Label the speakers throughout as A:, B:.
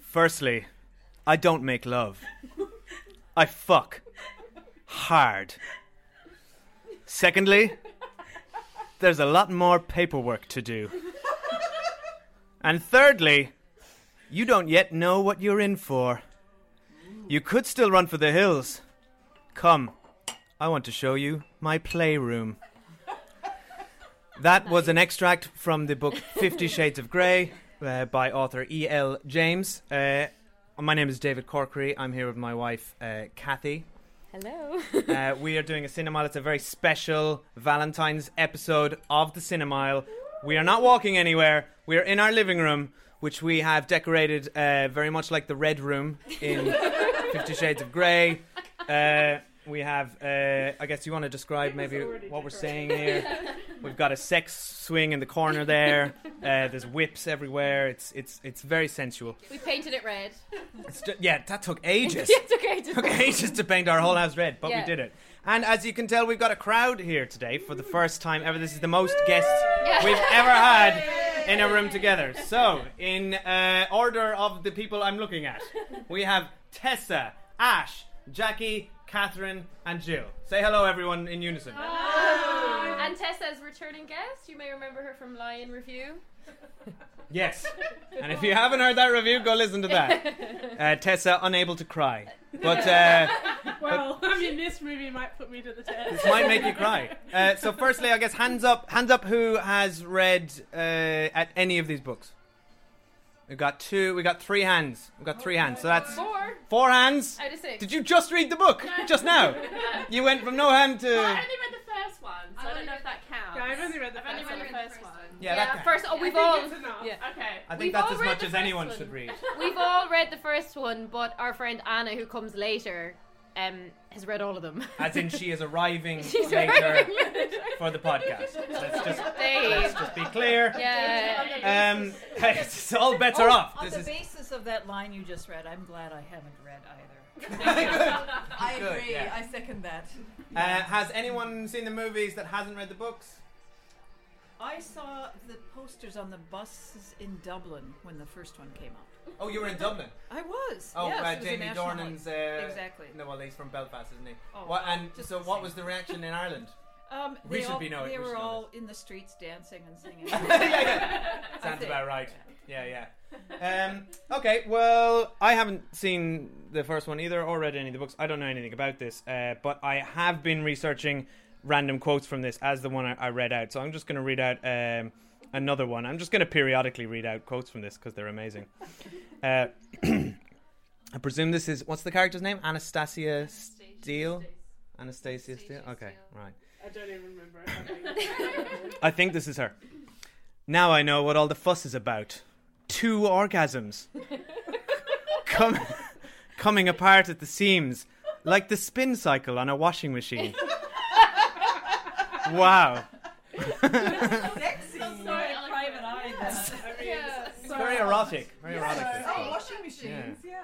A: Firstly, I don't make love. I fuck hard. Secondly, there's a lot more paperwork to do. And thirdly, you don't yet know what you're in for. You could still run for the hills. Come, I want to show you my playroom. That was an extract from the book Fifty Shades of Grey uh, by author E.L. James. Uh, my name is David Corkery. I'm here with my wife, uh, Kathy.
B: Hello.
A: Uh, we are doing a Cinemile. It's a very special Valentine's episode of the Cinemile. We are not walking anywhere. We are in our living room, which we have decorated uh, very much like the Red Room in Fifty Shades of Grey. Uh, we have, uh, I guess you want to describe maybe what we're saying here. We've got a sex swing in the corner there. Uh, there's whips everywhere. It's it's it's very sensual.
B: we painted it red.
A: It's ju- yeah, that took ages.
B: it's okay. Just
A: took ages to paint our whole house red, but
B: Yeah.
A: we did it. And as you can tell, we've got a crowd here today for the first time ever. This is the most guests
B: Yeah.
A: we've ever had in a room together. So, in uh, order of the people I'm looking at, we have Tessa, Ash, Jackie, Catherine, and Jill. Say hello, everyone, in unison.
B: And Tessa's returning guest. You may remember her from Lion Review.
A: Yes. And if you haven't heard that review, go listen to that. Uh, Tessa, unable to cry. But. Uh,
C: Well, I mean, this movie might put me to the test.
A: This might make you cry. Uh, so, firstly, I guess hands up, hands up. Who has read uh, at any of these books? We got two. We got three hands. We got three hands. So that's
B: Four
A: four hands.
B: out of six.
A: Did you just read the book just now? You went from no hand to
D: I only read the first one, so I, don't know if that counts.
C: Yeah, I've only read the
D: I've only
C: first
D: read
C: one.
D: the first one.
A: yeah. that counts.
B: first. Oh, we've
C: I
B: all.
C: think it's enough.
B: yeah.
D: Okay.
A: I
B: We've
A: think that's
B: all
A: as
B: read
A: much
B: the
A: as
B: first
A: anyone
B: one.
A: should read.
B: We've all read the first one, but our friend Anna, who comes later, um, has read all of them.
A: As in, she is arriving
B: She's
A: later
B: read
A: for the podcast. Let's just
B: Dave.
A: let's just be clear.
B: Yeah. Oh,
A: Um, it's all better off.
E: Oh, On
A: This
E: the
A: is
E: basis of that line you just read, I'm glad I haven't read either. I
A: Good,
E: agree.
A: yeah.
E: I second that.
A: Uh, has anyone seen the movies that hasn't read the books?
E: I saw the posters on the buses in Dublin when the first one came out.
A: Oh, you were in Dublin.
E: I was.
A: Oh,
E: yes,
A: uh,
E: it was a
A: Jamie
E: national
A: Dornan's. Uh,
E: Exactly.
A: No, well, he's from Belfast, isn't he?
E: Oh,
A: what,
E: well,
A: and
E: just
A: so,
E: the
A: what
E: same.
A: was the reaction in Ireland?
E: Um,
A: We
E: they
A: should
E: all,
A: be know- we
E: They
A: should
E: were
A: know
E: all in the streets dancing and singing.
A: yeah, yeah.
E: I
A: Sounds
E: think.
A: about right. Yeah, yeah. Um, okay, well, I haven't seen the first one either or read any of the books. I don't know anything about this, uh, but I have been researching random quotes from this as the one I, I read out. So I'm just going to read out um, another one. I'm just going to periodically read out quotes from this because they're amazing. Uh, I presume this is what's the character's name? Anastasia Steele. Anastasia Steele. Okay, right.
C: I don't even remember.
A: I think this is her. Now I know what all the fuss is about. Two orgasms. Com- coming apart at the seams, like the spin cycle on a washing machine. wow.
E: Sexy.
D: sorry, I like
E: private
D: that.
E: eye. that.
C: I mean,
B: Yeah.
C: it's
A: It's very erotic. Very erotic. This
E: Oh,
A: one.
E: washing
A: machines,
E: Yeah.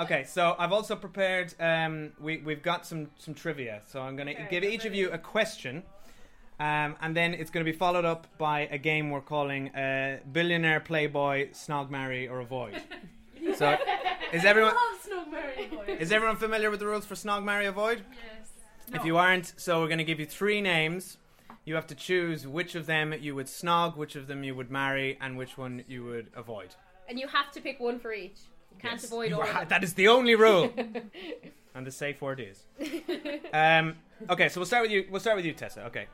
A: Okay, so I've also prepared. Um, we we've got some some trivia, so I'm going to
C: Okay,
A: give
C: I'm
A: each of
C: ready.
A: you a question, um, and then it's going to be followed up by a game we're calling uh, Billionaire Playboy Snog Marry or Avoid. so, is everyone is everyone familiar with the rules for Snog Marry Avoid?
D: Yes.
A: If you aren't, so we're going to give you three names. You have to choose which of them you would snog, which of them you would marry, and which one you would avoid.
B: And you have to pick one for each. You can't
A: Yes.
B: avoid
A: You
B: all.
A: ha-
B: of them.
A: That is the only rule. and the safe word is. Um, okay, so we'll start with you. We'll start with you, Tessa. Okay.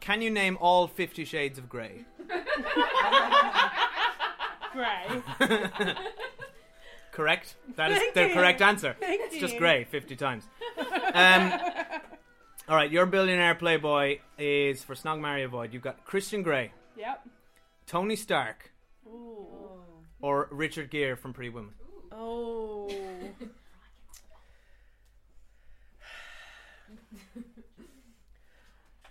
A: Can you name all Fifty Shades of Grey?
C: grey.
A: correct. That is
C: Thank
A: the
C: you.
A: correct answer.
C: Thank
A: It's
C: you.
A: just Grey fifty times. Um, all right, your billionaire playboy is for Snog Marry Avoid. You've got Christian Grey,
C: Yep.
A: Tony Stark,
C: Ooh.
E: Oh.
A: or Richard Gere from Pretty Woman.
C: Oh.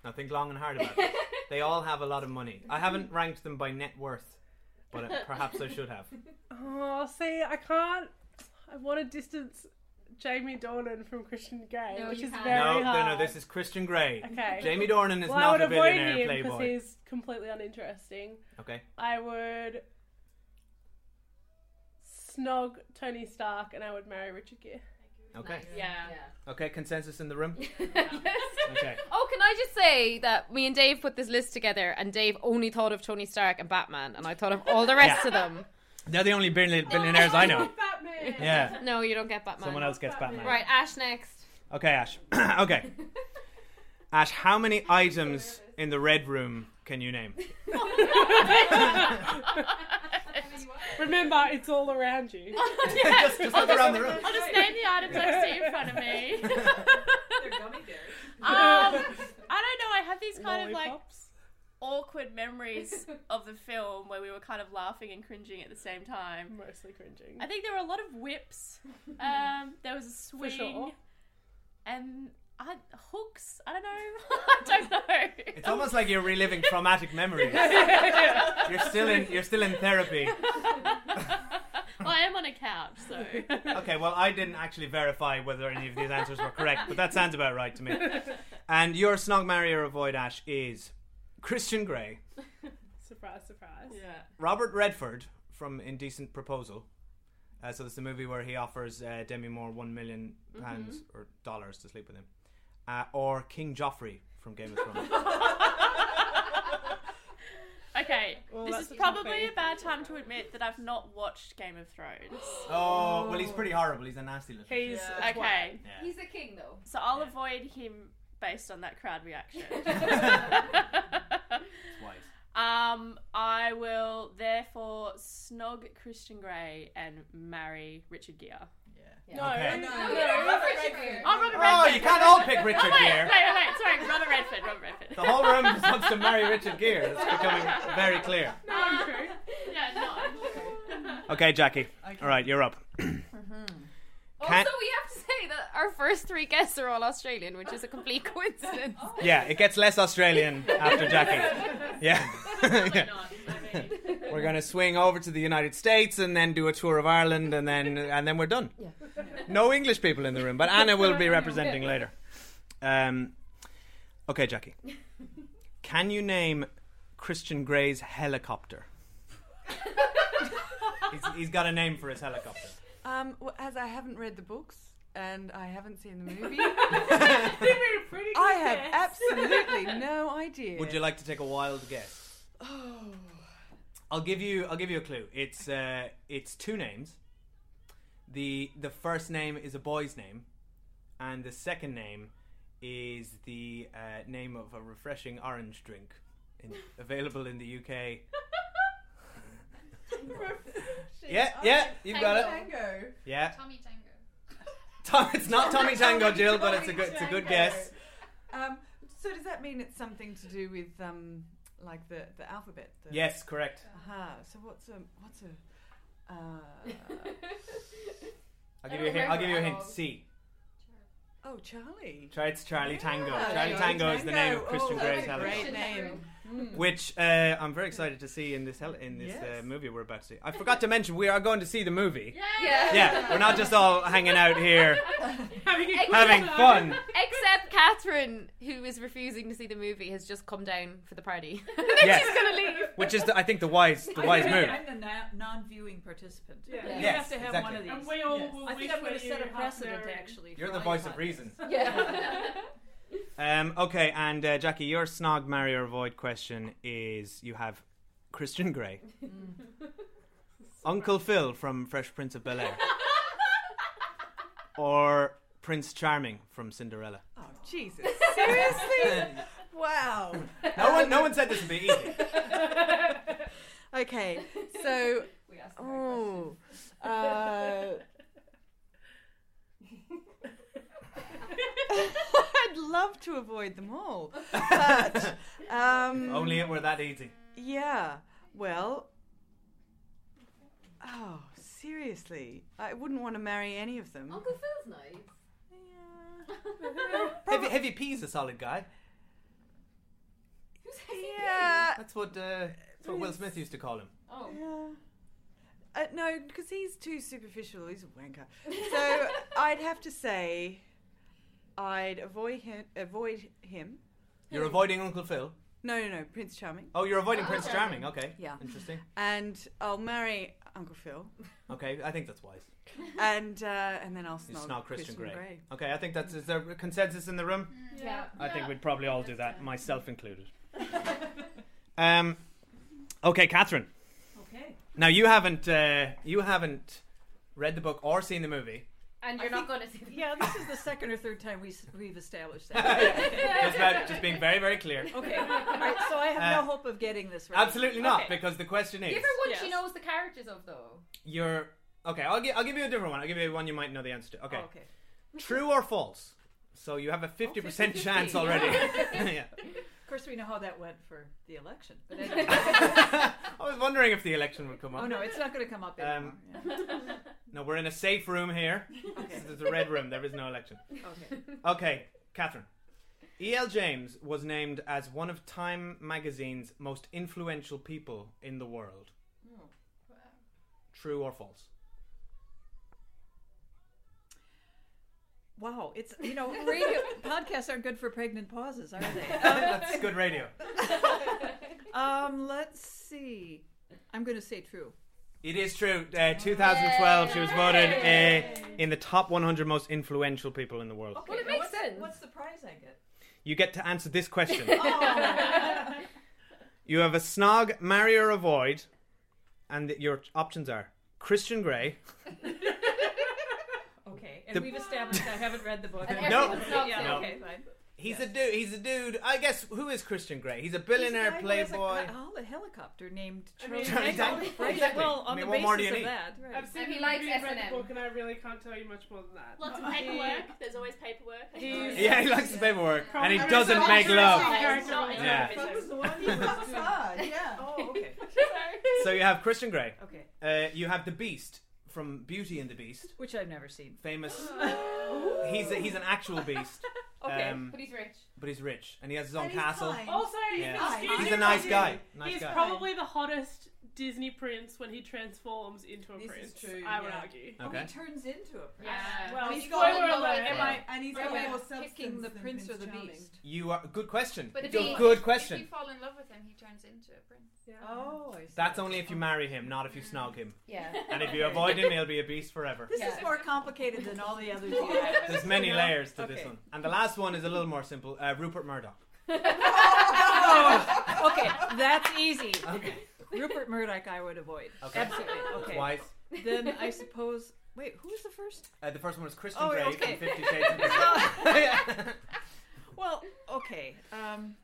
A: Now think long and hard about it. They all have a lot of money. I haven't ranked them by net worth, but uh, perhaps I should have.
C: Oh, see, I can't. I want to distance Jamie Dornan from Christian Grey,
D: No,
C: which
D: you
C: is
D: can't.
C: very
A: no, no,
C: hard.
A: no. This is Christian Grey.
C: Okay.
A: Jamie Dornan is
C: well, I
A: not
C: would
A: a
C: avoid
A: billionaire
C: him because
A: playboy.
C: he's completely uninteresting.
A: Okay.
C: I would snog Tony Stark and I would marry Richard Gere.
A: Okay.
D: Yeah.
A: Okay. Consensus in the room. Okay.
B: Oh, can I just say that me and Dave put this list together, and Dave only thought of Tony Stark and Batman, and I thought of all the rest
A: Yeah.
B: of them.
A: They're the only billi- billionaires I know.
C: Batman.
A: Yeah.
B: No, you don't get Batman.
A: Someone else gets Batman.
B: Right, Ash next.
A: Okay, Ash. okay. Ash, how many items in the red room can you name?
C: Remember, it's all around you.
A: just just look around the room.
D: I'll just name the items I see in front of me.
E: They're gummy bears.
D: Um, I don't know. I have these kind of like
C: Lollipops.
D: awkward memories of the film where we were kind of laughing and cringing at the same time.
C: mostly cringing.
D: I think there were a lot of whips. Um, there was a swing
C: sure.
D: and I, hooks. I don't know. I don't know.
A: It's almost like you're reliving traumatic memories. You're still in you're still in therapy.
D: well, I am on a couch, so
A: Okay, well I didn't actually verify whether any of these answers were correct, but that sounds about right to me. And your snog marry or avoid Ash is Christian Grey,
C: Surprise, surprise.
A: Robert Redford from Indecent Proposal. Uh, so it's the movie where he offers uh, Demi Moore one million pounds or dollars to sleep with him, uh, or King Joffrey from Game of Thrones.
D: okay.
C: Well,
D: this
C: that's
D: is
C: a
D: probably
C: toughie.
D: a bad time to admit that I've not watched Game of Thrones.
A: oh well, he's pretty horrible. He's a nasty little.
C: He's
E: Yeah.
C: a twat.
D: Okay,
A: Yeah.
B: He's a king, though.
D: so I'll avoid him based on that crowd reaction.
A: Twice.
D: um, I will therefore snog Christian Grey and marry Richard Gere.
E: Yeah.
B: Yeah.
C: No,
A: Okay.
C: no,
B: No,
C: no.
B: you don't have Richard Gere.
D: Oh, Robert
A: Oh,
D: Redford.
A: Oh, you can't all pick Richard
D: wait, wait,
A: Gere.
D: wait, wait, sorry, Robert Redford, Robert Redford.
A: The whole room just wants to marry Richard Gere. It's becoming very clear.
C: No, Drew.
D: Yeah, no.
A: Okay, Jackie. All right, you're up. Can-
B: Also, we have to say that our first three guests are all Australian, which is a complete coincidence.
F: Oh,
A: Yeah, it gets less Australian after Jackie. Yeah. Yeah. We're gonna swing over to the United States and then do a tour of Ireland and then and then we're done.
B: Yeah.
A: No English people in the room, but Anna will be representing later. Um, okay, Jackie. Can you name Christian Gray's helicopter? he's, he's got a name for his helicopter.
G: Um, well, as I haven't read the books and I haven't seen the movie,
C: Pretty
G: I
C: good
G: have
C: guess.
G: absolutely no idea. Oh,
A: Would you like to take a wild guess? I'll give you. I'll give you a clue. It's uh, it's two names. the The first name is a boy's name, and the second name is the uh, name of a refreshing orange drink in, available in the UK. yeah, yeah, you've got it.
G: Tango.
A: Yeah,
F: Tommy Tango.
A: Tom, it's not Tommy Tango Jill, but it's a good. It's a good guess.
G: Um, so does that mean it's something to do with um, like the, the alphabet? The,
A: Yes, correct.
G: Aha. So what's a what's a uh,
A: I'll give you. A hint. I'll give you a hint. C.
G: oh Charlie.
A: Try it's Charlie Tango.
G: Yeah,
A: Charlie Tango is the name of
G: Tango.
A: Christian
G: Oh,
A: Gray's
G: that's a
A: helicopter.
G: Great name.
A: which uh, I'm very excited to see in this hel- in this uh,
G: Yes.
A: movie we're about to see. I forgot to mention we are going to see the movie.
B: Yeah.
A: Yeah, we're not just all hanging out here
C: Having a
A: having fun.
B: Except Catherine, who is refusing to see the movie, has just come down for the party.
A: Yes.
B: She's gonna leave.
A: Which is the, I think the wise the wise move.
E: I'm the na- non-viewing participant.
C: Yeah.
E: You
A: Yes,
E: have to have one of
A: exactly.
E: these.
C: And we all will
E: I think
C: wish
E: I'm going
C: that
E: to set
C: you
E: a
C: had
E: precedent,
C: married.
E: actually.
A: You're
E: for
A: the
E: all
A: voice
E: your
A: of reason.
B: Yeah.
A: Um, okay, and uh, Jackie, your snog, marry or avoid question is you have Christian Grey,
E: Mm.
A: Uncle Phil from Fresh Prince of Bel Air, or Prince Charming from Cinderella.
G: Oh Jesus! Seriously? wow.
A: No one, no one said this would be easy.
G: Okay. So
B: We asked the right
G: oh. Uh, I'd love to avoid them all, but um,
A: Only it were that easy.
G: Yeah. Well. Oh, seriously, I wouldn't want to marry any of them.
B: Uncle Phil's nice.
G: Yeah.
A: Heavy, heavy P's a solid guy.
G: Yeah.
A: That's what uh, that's what Will Smith used to call him.
B: Oh.
G: yeah. Uh, no, because he's too superficial. He's a wanker. So I'd have to say, I'd avoid him. Avoid him.
A: You're avoiding Uncle Phil.
G: No, no, no, Prince Charming.
A: Oh, you're avoiding
B: Oh,
A: Prince
B: okay.
A: Charming. Okay.
G: Yeah.
A: Interesting.
G: And I'll marry Uncle Phil,
A: Okay, I think that's wise.
G: and uh, and then I'll
A: You
G: snog,
A: snog Christian Grey.
G: Grey.
A: Okay, I think that's is there a consensus in the room?
B: Yeah.
A: I think we'd probably all do that, myself included. um, okay, Catherine.
E: Okay.
A: Now you haven't uh, you haven't read the book or seen the movie.
B: And
E: I
B: you're not
E: think-
B: going to see
E: Yeah, this is the second or third time we, s- we've established that.
A: just, about, just being very very clear.
E: okay. All right, so I have
A: Uh,
E: no hope of getting this right.
A: Absolutely not,
B: Okay.
A: because the question is
B: Give her one she
D: Yes.
B: knows the characters of, though.
A: you're okay. I'll give I'll give you a different one. I'll give you one you might know the answer to. Okay,
E: Oh, okay.
A: true or false? So you have a Oh, fifty percent
E: 50-50.
A: chance already. yeah.
E: Of course, we know how that went for the election. But anyway.
A: I was wondering if the election would come up.
E: oh no, it's not going to come up
A: Um,
E: anymore. yeah.
A: No, we're in a safe room here.
E: Okay.
A: This is a red room. There is no election.
E: Okay.
A: Okay, Catherine. E.L. James was named as one of Time magazine's most influential people in the world. True or false?
E: Wow, it's you know, radio podcasts aren't good for pregnant pauses, are they?
A: That's good radio.
E: Um, let's see. I'm going to say true.
A: It is true. Uh, 2012, she was voted uh, in the top 100 most influential people in the world.
B: Well, it
E: now
B: makes
E: what's,
B: sense.
E: What's the prize I get?
A: You get to answer this question.
E: Oh,
A: you have a snog, marry or avoid, and th- your options are Christian Grey.
E: okay. And
A: The-
E: we've established I haven't read the book.
B: And
A: No.
B: everyone's not
E: Yeah,
A: No.
E: okay, fine.
A: He's
E: Yes.
A: a dude. He's a dude. I guess who is Christian Grey? He's a billionaire
E: He's a guy who has a-
A: playboy.
E: A, hol- a helicopter named
C: I
E: Trojan.
C: mean,
A: Exactly.
E: Right?
A: Exactly.
E: Well,
A: I
E: on
A: mean,
E: the
A: what
E: basis
A: more do you
E: of
A: need?
E: that, right.
C: I've seen
B: And he
C: the
B: likes
C: movie, read
B: S&M.
C: the book, and I really can't tell you much more than that.
D: Lots of paperwork. There's always paperwork.
C: He's-
A: Yeah, he likes his paperwork, and he
C: Probably
A: doesn't
C: some
A: make
C: interesting
A: love.
C: character
D: Not
C: roles.
A: in Yeah.
D: That was
E: the one
A: he was
E: Yeah. Oh, okay.
A: So you have Christian Grey.
E: Okay.
A: Uh, you have the Beast from Beauty and the Beast,
E: Which I've never seen.
A: famous. He's a, he's an actual beast,
E: Okay.
A: um,
B: But he's rich.
A: but he's rich and he has his own castle.
C: Also, he's,
A: Yeah.
C: excuse
E: He's
A: He's
C: me,
A: a nice
C: but
A: guy.
C: he-
A: Nice
C: he's
A: guy.
C: probably the hottest Disney prince when he transforms into a
E: This
C: prince.
E: is true,
C: I would
E: yeah.
C: argue.
E: Oh,
A: Okay.
E: He turns into a prince.
B: Yeah.
C: Well,
E: And
C: he's
E: he's
C: spoiler
E: got more
C: alert.
E: Am
B: Yeah.
E: I
G: And he's
B: got Right. more
E: picking the prince or the beast?
A: You are good question.
F: But
A: it's
F: if
A: a
F: he-
A: good
F: If you
A: question.
F: fall in love with him, he turns into a prince.
C: Yeah.
E: Oh, I see.
A: That's only if you marry him, not if you snog him.
B: Yeah.
A: And if you avoid him, he'll be a beast forever.
E: This
B: Yeah.
E: is more complicated than all the others. you had.
A: There's many
E: You know?
A: layers to this
E: Okay.
A: one. And the last one is a little more simple. Uh, Rupert Murdoch.
E: Oh, okay, that's easy.
A: Okay.
E: Rupert Murdoch, I would avoid.
A: Okay.
E: Absolutely. Okay.
A: Wise.
E: Then I suppose. Wait, who was the first?
A: Uh, the first one was Christian
E: Oh,
A: Grey
E: okay.
A: from Fifty Shades of Grey.
E: Well, okay. Um,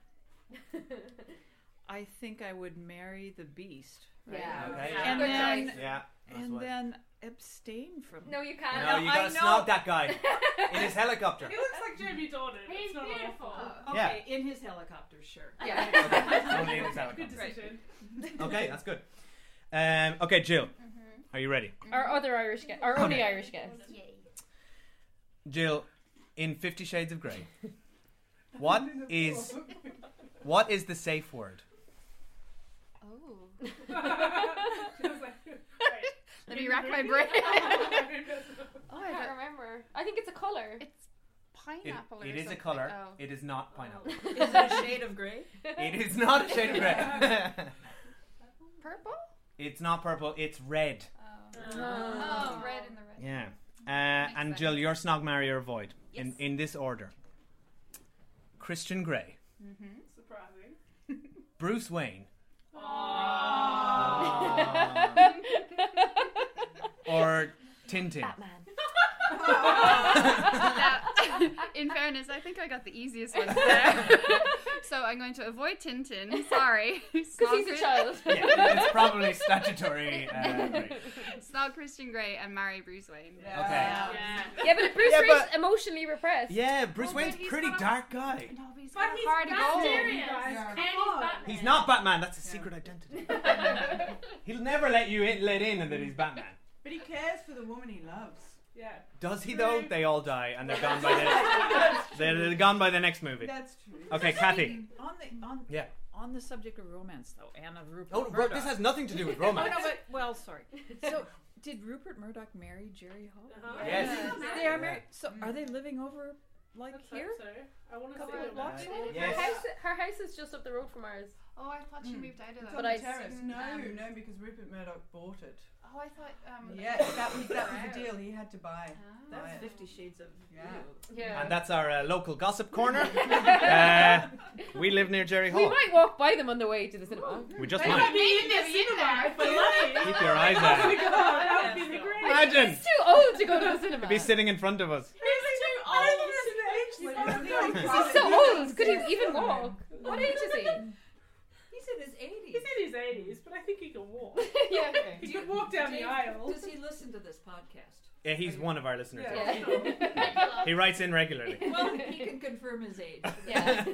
E: I think I would marry the beast. Right?
B: Yeah.
A: Okay.
E: And
B: Good
E: then-
B: choice.
A: yeah. that's
E: And
A: what-
F: uh,
E: then abstain from.
B: No, you can't.
A: No, you
E: I
A: gotta
E: know.
A: snog that guy in his helicopter.
C: He looks like Jamie Dornan.
D: He's
C: it's not
D: beautiful.
C: Awful.
E: Uh, Okay, in his helicopter, sure.
B: Yeah.
A: Only in his
C: Good
A: helicopter.
C: decision.
A: Okay, that's good. Um, okay, Jill, are you ready?
B: Our other Irish guest. Our only
A: Okay.
B: Irish guest.
A: Jill, in Fifty Shades of Grey, what is what is the safe word?
F: Oh.
B: Let me rack my brain.
F: Oh,
B: I can't remember. I think it's a color.
F: It's
A: It-
F: pineapple.
A: it
F: or
A: is a
F: something.
A: color.
F: Oh.
A: It is not pineapple.
E: Is it a shade of gray?
A: it is not a shade of grey.
F: Purple?
A: it's not purple. It's red.
F: Oh.
B: Oh.
F: Oh, red in the red.
A: Yeah. Uh, and
F: sense.
A: Jill, your snog, marry, or avoid in
F: Yes.
A: in this order. Christian Grey,
C: Surprising.
A: Bruce Wayne,
C: Oh.
A: or Tintin.
F: Batman. in fairness, I think I got the easiest one there. so I'm going to avoid Tintin. Sorry.
B: Because
F: Snog
B: he's a
F: Chris-
B: child.
A: yeah, it's probably statutory. Uh, grey.
F: Snog Christian Grey and marry Bruce Wayne.
A: Okay.
D: Yeah.
B: Yeah, but Bruce
A: Yeah,
B: yeah,
A: but-
B: emotionally repressed.
A: Yeah, Bruce
F: Oh,
A: Wayne's
F: but he's
A: pretty
F: not-
A: dark guy.
F: No, but he's
C: But
F: got
C: he's
F: a heart of gold.
D: mysterious.
C: Yeah.
D: And he's Batman.
A: He's not Batman. That's a secret identity. He'll never let you in, let in, and that he's Batman.
G: But he cares for the woman he loves.
C: Yeah.
A: Does he though? They all die, and they're gone by the they're, they're gone by the next movie.
G: That's true.
A: Okay, Kathy.
E: On the on
A: Yeah.
E: on the subject of romance though, and of Rupert.
A: Oh,
E: Murdoch.
A: but this has nothing to do with
E: Oh,
A: romance.
E: no, but well, sorry. So, did Rupert Murdoch marry Jerry Hall?
C: Uh-huh.
A: Yes.
E: They
A: Yeah.
E: are married. So, are they living over Like
C: Let's
E: here?
C: hope so. I want to see
E: Couple of
C: it.
E: blocks
C: now.
E: away?
A: Yes.
D: Her, house, her house is just up the road from ours.
F: Oh, I thought she
E: Mm.
F: moved out of
E: It's
F: that.
E: on
B: But
E: the
B: I-
E: terrace.
F: Mm,
E: No,
F: um,
E: no, because Rupert Murdoch bought it.
F: Oh, I thought. Um,
E: Yeah, that was that was the deal. He had to buy.
F: Ah.
E: That's
F: That's
E: Fifty Shades of
G: Yeah.
B: Yeah.
A: And that's our uh, local gossip corner. uh, we live near Jerry
B: we
A: Hall.
B: might walk by them on the way to the cinema.
A: We just
C: They
A: might.
C: might be in the cinema if we're lucky.
A: Keep your eyes
C: Oh my
A: out.
C: god, that would be the
D: Yeah.
C: greatest.
A: Imagine!
B: It's too old to go to the cinema.
A: He'd be sitting in front of us.
C: He's too old.
B: He's so old. Could he even walk? What age is he?
E: He's in his eighties.
C: He's in his 80s, but I think he can walk.
B: yeah.
C: He could walk down the aisle.
E: Does he listen to this podcast?
A: Yeah, he's one of our listeners.
C: Yeah.
B: Yeah.
A: He writes in regularly.
E: Well, he can confirm his age.
B: yeah.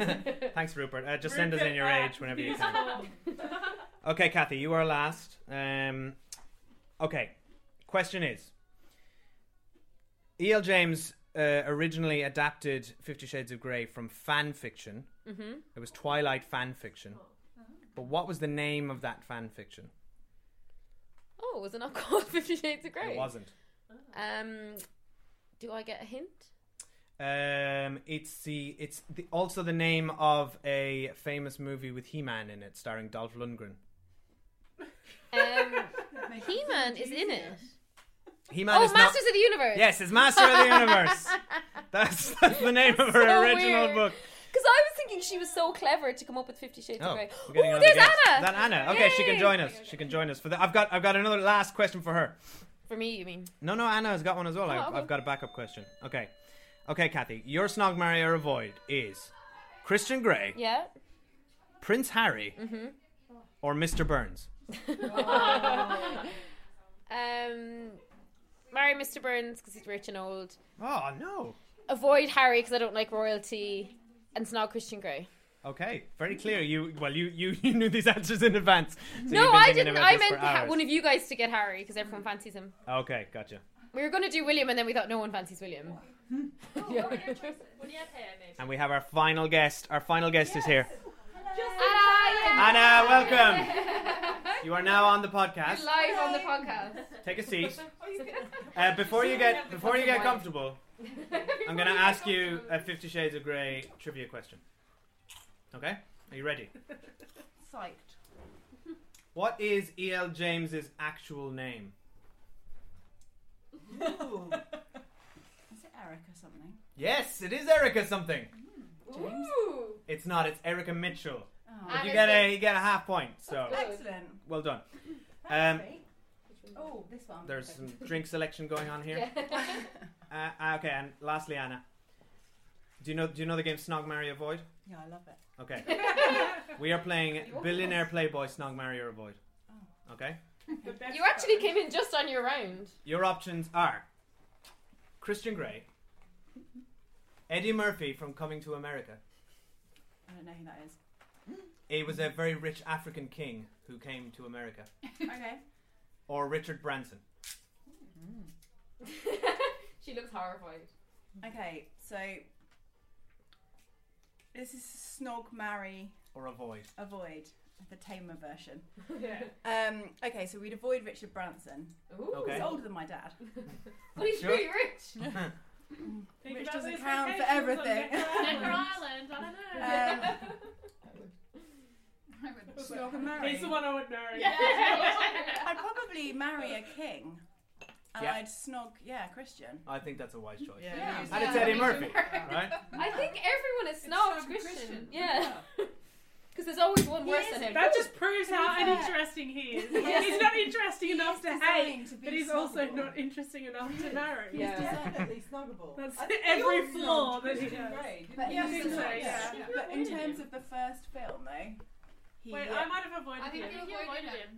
A: Thanks, Rupert. Uh, just send us in your
C: Rupert,
A: age whenever you
C: he's
A: can.
C: old.
A: Okay, Kathy, you are last. Um, okay, question is E.L. James uh, originally adapted Fifty Shades of Grey from fan fiction.
B: hmm
A: It was Twilight fan fiction. But what was the name of that fan fiction?
B: Oh, was it not called Fifty Shades of Grey?
A: It wasn't.
B: Um, do I get a hint?
A: Um, it's the it's the, also the name of a famous movie with He-Man in it, starring Dolph Lundgren.
B: Um,
E: That makes
B: He Man is in it.
A: He-Man
B: oh,
A: is
B: Masters
A: not.
B: of the Universe.
A: Yes, it's Master of the Universe. That's, that's the name of her
B: so
A: original
B: weird.
A: book.
B: Because I was thinking she was so clever to come up with Fifty Shades
A: Oh,
B: of Grey.
A: we're getting
B: Oh,
A: another
B: there's
A: guess. Is
B: Anna.
A: that Anna? Okay, she can
B: Yay!
A: join us. She can join us for that. I've got I've got another last question for her.
B: For me, you mean?
A: No, no, Anna has got one as well. I've,
B: okay.
A: I've got a backup question. Okay, okay, Kathy, your snog, marry or avoid is Christian Grey,
B: Yeah. Mm-hmm.
A: Prince Harry, or Mr. Burns.
B: Um, marry Mr. Burns because he's rich and old.
A: Oh no.
B: Avoid Harry because I don't like royalty. And snog Christian Grey.
A: Okay, very clear. You well, you you, you knew these answers in advance. So
B: no,
A: you've been
B: I
A: thinking
B: didn't.
A: about
B: I
A: this for
B: meant ha-
A: hours.
B: one of you guys to get Harry because everyone fancies him.
A: Okay, gotcha.
B: We were going to do William, and then we thought no one fancies William. Yeah.
D: What do you have here, maybe?
A: And we have our final guest. Our final guest is here.
B: Ah,
A: Anna, welcome. You are now on the
B: yeah.
A: podcast.
B: Live on the podcast.
A: Take a seat. Uh, before you get before you get comfortable, I'm going to ask you a Fifty Shades of Grey trivia question. Okay, are you ready?
E: Psyched.
A: What is E.L. James's actual name?
E: Ooh. Is it Eric or something?
A: Yes, it is Erica something.
B: Ooh.
A: It's not. It's Erica Mitchell.
E: Oh.
B: Ah,
A: But you
B: Anna's
A: get a
B: good.
A: you get a half point. So
E: Excellent.
A: well done. Um,
E: That's great. oh, this one.
A: There's some drink selection going on here.
B: Yeah.
A: Uh, uh, okay, and lastly, Anna, do you know do you know the game Snog Marry Avoid?
E: Yeah, I love it.
A: Okay, we are playing Billionaire Playboy Snog Marry or Avoid.
E: Oh.
A: Okay,
C: The best
B: You actually
C: part.
B: came in just on your round.
A: your options are Christian Grey, Eddie Murphy from Coming to America.
E: I don't know who that is.
A: He was a very rich African king who came to America,
E: okay.
A: or Richard Branson.
B: she looks horrified.
E: Okay, so this is Snog Marry
A: Or avoid.
E: Avoid, the tamer version.
B: Yeah.
E: Um, okay, so we'd avoid Richard Branson.
B: Ooh.
A: Okay.
E: He's older than my dad.
B: But he's
A: Sure.
B: really rich.
C: Think
E: Which
C: about
E: doesn't
C: those
E: count for
C: vacations on
E: everything.
C: Necker
D: Necker
C: Island.
D: Island, I don't know.
E: Um,
F: I would.
E: Snog and marry.
C: He's the one I would know.
E: I'd probably marry a king. And
A: Yeah.
E: I'd snog, yeah, Christian.
A: I think that's a wise choice.
B: Yeah.
A: And it's
B: Yeah.
A: Eddie Murphy, right?
B: I think everyone is snobbed Christian. Yeah. Because there's always one worse than him.
C: That just proves how uninteresting he is.
E: Yes.
C: He's not interesting enough to hate,
E: to be
C: but he's also
E: snoggable.
C: not interesting enough to marry.
B: Yeah.
H: definitely snuggable.
C: That's
H: I think
C: every
H: you're
C: flaw
H: snogged
C: that he
H: pretty
C: has.
H: great.
E: But,
C: Yeah,
E: he's
C: I think so,
E: not-
C: yeah.
E: yeah. but in terms of the first film, though, he,
C: Wait, I might have avoided
F: I think
C: him.
F: you avoided him.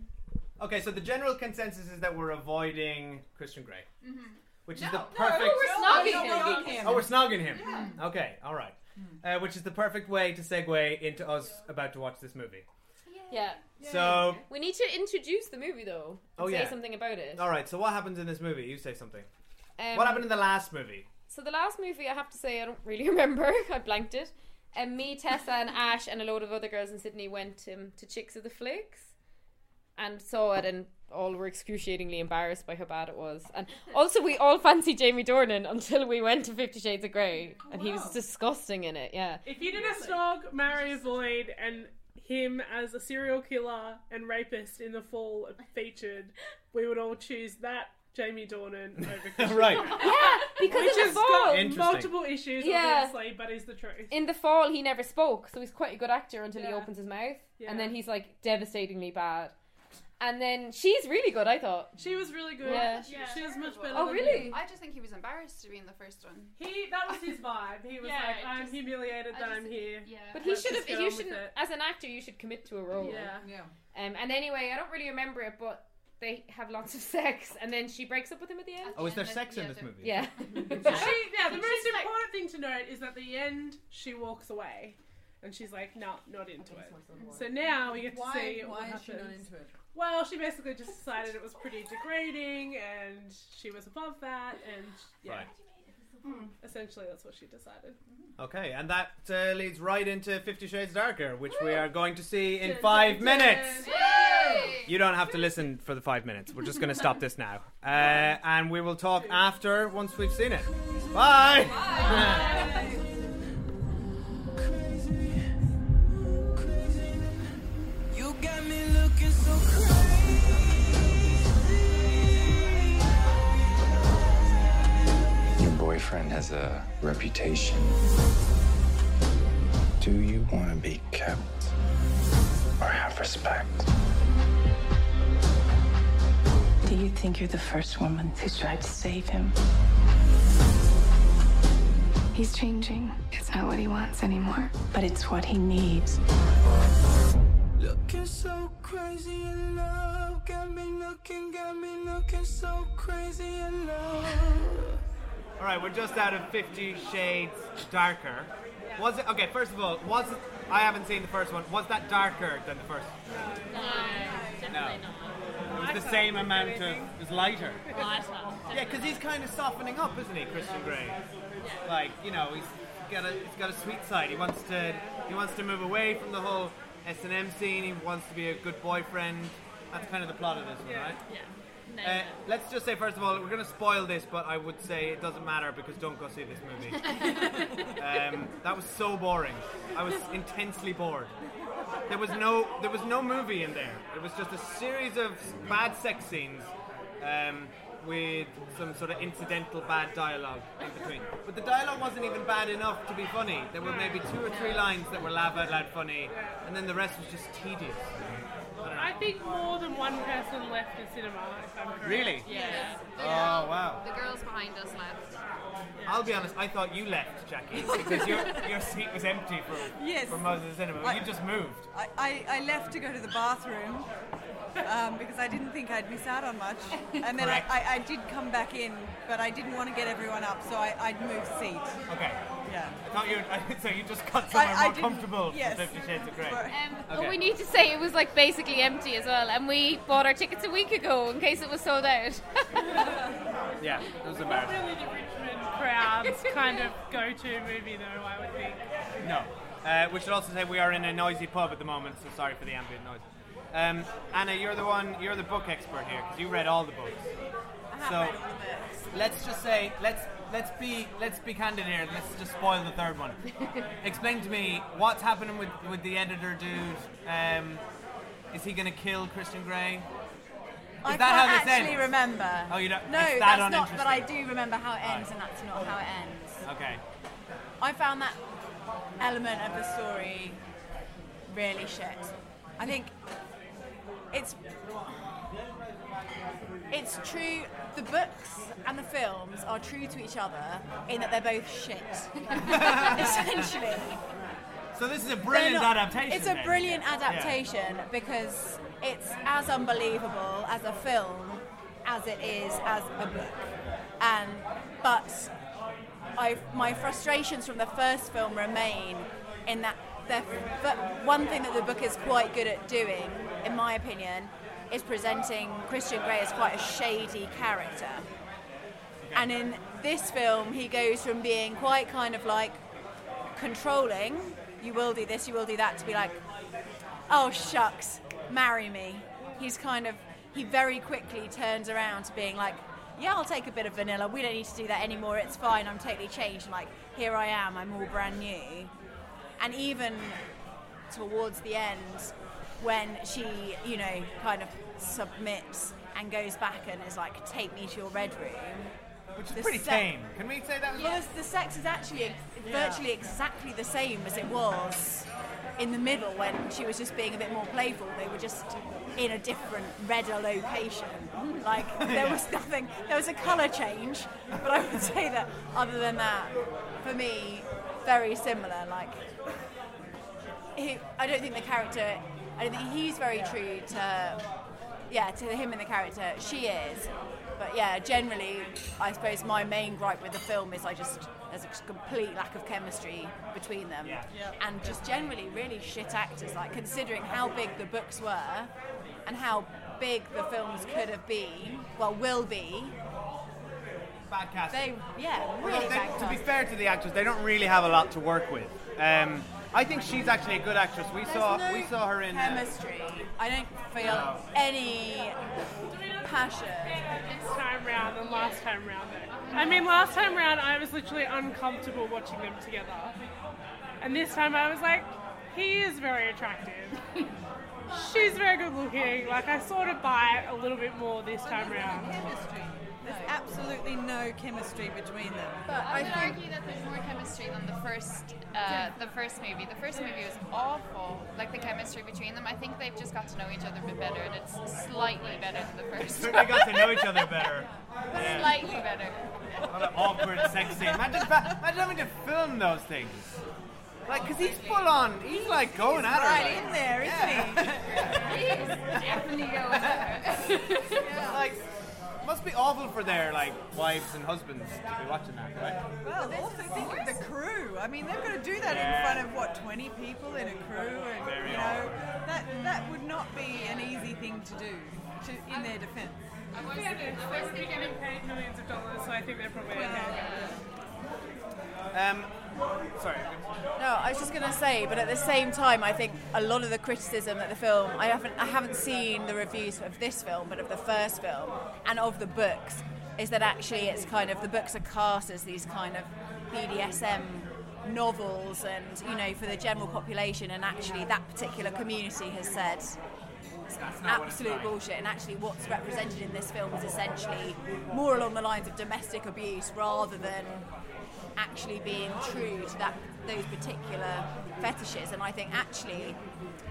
A: Okay, so the general consensus is that we're avoiding Christian Grey,
F: Mm-hmm.
A: which is the perfect.
B: no, we're snogging
H: No,
B: him.
H: no, no, no.
A: Oh, we're snogging him. Okay, all right. Uh, which is the perfect way to segue into us about to watch this movie.
B: Yeah.
A: So,
B: We need to introduce the movie though. and
A: Oh,
B: say
A: yeah.
B: something about it.
A: all right. So, what happens in this movie? You say something.
B: Um,
A: what happened in the last movie?
B: So the last movie, I have to say, I don't really remember. I blanked it. And me, Tessa, and um, Ash, and a load of other girls in Sydney went um, to Chicks of the Flicks and saw it and all were excruciatingly embarrassed by how bad it was. And also, we all fancy Jamie Dornan until we went to Fifty Shades of Grey, and he was disgusting in it. Yeah,
C: If you did a snog, marry a void, and him as a serial killer and rapist in the fall featured, we would all choose that Jamie Dornan over Christian
A: Right.
C: Grey.
B: yeah, because
C: Which
B: in the
C: has got
B: fall,
A: Interesting.
C: multiple issues,
B: Yeah.
C: obviously, but is the truth.
B: in the fall, he never spoke, so he's quite a good actor until he
C: Yeah.
B: opens his mouth,
C: Yeah.
B: and then he's like devastatingly bad. And then she's really good, I thought.
C: She was really good.
B: Yeah.
C: She,
F: Yeah.
C: she was much better.
B: Oh,
C: than
B: really?
C: him.
F: I just think he was embarrassed to be in the first one.
C: He that was his vibe. He was
D: Yeah,
C: like,
D: it
C: I'm
D: just-
C: humiliated
F: I
C: that
F: just-
C: I'm here.
F: Yeah.
B: But he
C: Let's
B: should have.
C: just get
B: You
C: on with
B: shouldn't.
C: it.
B: As an actor, you should commit to a role.
C: Yeah.
E: Yeah.
B: Um, and anyway, I don't really remember it, but they have lots of sex, and then she breaks up with him at the end.
A: Oh, is there
F: Yeah,
A: sex in
F: yeah,
A: this
F: there-
A: movie?
B: Yeah.
C: She, yeah, the
D: She's
C: most
D: like-
C: important thing to note is at the end she walks away, and she's like, no, not into it. So now we get to
E: Why,
C: see what
E: why is
C: happens.
E: she not into it?
C: Well, she basically just decided it was pretty degrading, and she was above that, and yeah,
A: Right.
C: essentially that's what she decided.
A: Okay, and that uh, leads right into Fifty Shades Darker, which we are going to see in
C: Dun,
A: five
C: dun, dun.
A: minutes.
F: Yay!
A: You don't have to listen for the five minutes. We're just going to stop this now. Uh, and we will talk after once we've seen it. Bye!
H: You got me looking so crazy.
I: Your boyfriend has a reputation. Do you want to be kept or have respect?
J: Do you think you're the first woman who tried to save him? He's changing. It's not what he wants anymore, but it's what he needs.
H: Looking so crazy in love. Got me looking, got me looking so crazy in love.
A: All right, we're just out of Fifty Shades Darker. Was it okay? First of all, was it, I haven't seen the first one. Was that darker than the first? No, definitely not. It was Oh, the same amount of. It was lighter. Yeah, because he's kind of softening up, isn't he, Christian Grey? Like you know, he's got a he's got a sweet side. He wants to he wants to move away from the whole S and M scene. He wants to be a good boyfriend. That's kind of the plot of this one, right? Uh, let's just say first of all, we're going to spoil this, but I would say it doesn't matter because don't go see this movie. um, that was so boring. I was intensely bored. There was no there was no movie in there. It was just a series of bad sex scenes um, with some sort of incidental bad dialogue in between. But the dialogue wasn't even bad enough to be funny. There were maybe two or three lines that were laugh out loud funny, and then the rest was just tedious.
C: I think more than one person left the cinema. If I'm correct.
A: Really?
F: Yeah.
A: Oh wow.
F: The girls behind us left.
A: I'll be honest, I thought you left, Jackie, because your, your seat was empty for,
G: Yes.
A: for Moses Cinema.
G: I-
A: you just moved.
G: I, I, I left to go to the bathroom um, because I didn't think I'd miss out on much. And then I,
A: Correct.
G: I, I did come back in, but I didn't want to get everyone up, so I, I'd moved seat.
A: Okay.
G: Yeah.
A: I thought you so you just got somewhere
G: I
A: more
G: didn't-
A: comfortable
G: yes.
A: for Fifty Shades of Grey.
G: Sorry.
B: Um,
A: Okay.
B: oh, we need to say it was like basically empty as well, and we bought our tickets a week ago in case it was sold out.
A: Yeah, it was embarrassing.
C: Really, the Richmond crowd's kind of go-to movie, though. I would think.
A: No. Uh, we should also say we are in a noisy pub at the moment, so sorry for the ambient noise. Um, Anna, you're the one, you're the book expert here because you read all the books. So let's just say let's let's be let's be candid here. and Let's just spoil the third one. Explain to me what's happening with with the editor dude. Um, is he going to kill Christian Grey?
J: I
A: that how
J: can't
A: this
J: actually
A: ends?
J: remember.
A: Oh, you don't-
J: No,
A: it's that
J: that's not. But I
A: uninteresting.
J: do remember how it ends,
A: Right.
J: and that's not how it ends.
A: Okay.
J: I found that element of the story really shit. I think it's it's true. The books and the films are true to each other in that they're both shit. Essentially,
A: So this is a
J: They're
A: brilliant
J: not-
A: adaptation.
J: It's a
A: then.
J: brilliant adaptation because it's as unbelievable as a film as it is as a book. And but I my frustrations from the first film remain in that the but one thing that the book is quite good at doing, in my opinion, is presenting Christian Grey as quite a shady character. And in this film, he goes from being quite kind of like controlling, you will do this, you will do that, to be like, oh shucks, marry me. He's kind of, he very quickly turns around to being like, yeah, I'll take a bit of vanilla. We don't need to do that anymore. It's fine. I'm totally changed. Like, here I am. I'm all brand new. And even towards the end, when she, you know, kind of submits and goes back and is like, take me to your red room.
K: Which is
J: The
K: pretty
J: sec-
K: tame. Can we say that was
J: Well, there's- the sex is actually virtually exactly the same as it was in the middle when she was just being a bit more playful. They were just in a different, redder location. Like there was nothing. There was a colour change, but I would say that other than that, for me, very similar. Like he, I don't think the character. I don't think he's very true to. Yeah, to him and the character, she is. But yeah, generally, I suppose my main gripe with the film is I just there's a complete lack of chemistry between them, and just generally really shit actors. Like considering how big the books were, and how big the films could have been, well, will be.
K: Bad casting.
J: They, yeah, really
K: Although they-
J: bad
K: to be
J: casting.
K: fair to the actors, they don't really have a lot to work with. Um, I think she's actually a good actress. We saw
J: There's no
K: we saw her in uh,
J: chemistry. I don't feel
K: No.
J: any passion.
C: This time round and last time round, though. I mean, last time round I was literally uncomfortable watching them together, and this time I was like, he is very attractive. She's very good looking. Like I sort of buy it a little bit more this time round.
G: There's absolutely no chemistry between them.
F: But I would argue that there's more chemistry than the first, uh, the first movie. The first movie was awful. Like the chemistry between them, I think they've just got to know each other a bit better, and it's slightly better than the first.
K: they got to know each other better. Yeah.
F: slightly better.
K: What an awkward sex scene. Imagine, fa- imagine having to film those things. Like, because he's full on, he's like going at her.
H: right
K: like-
H: in there, isn't
K: Yeah. like, must be awful for their, like, wives and husbands to be watching that, right?
G: Well, also think of the crew. I mean, they've got to do that
K: Yeah.
G: in front of what twenty people in a crew, and
K: Very
G: you know
K: odd.
G: that that would not be an easy thing to do. To, in their defence.
C: They would be getting paid millions of dollars, so I think they're probably okay.
K: Um, sorry.
J: No, I was just going to say, but at the same time, I think a lot of the criticism that the film I haven't I haven't seen the reviews of this film, but of the first film and of the books, is that actually it's kind of the books are cast as these kind of BDSM novels, and you know for the general population, and actually that particular community has said. It's
K: not what it's
J: absolute
K: like.
J: bullshit, and actually, what's represented in this film is essentially more along the lines of domestic abuse rather than actually being true to that those particular fetishes and I think actually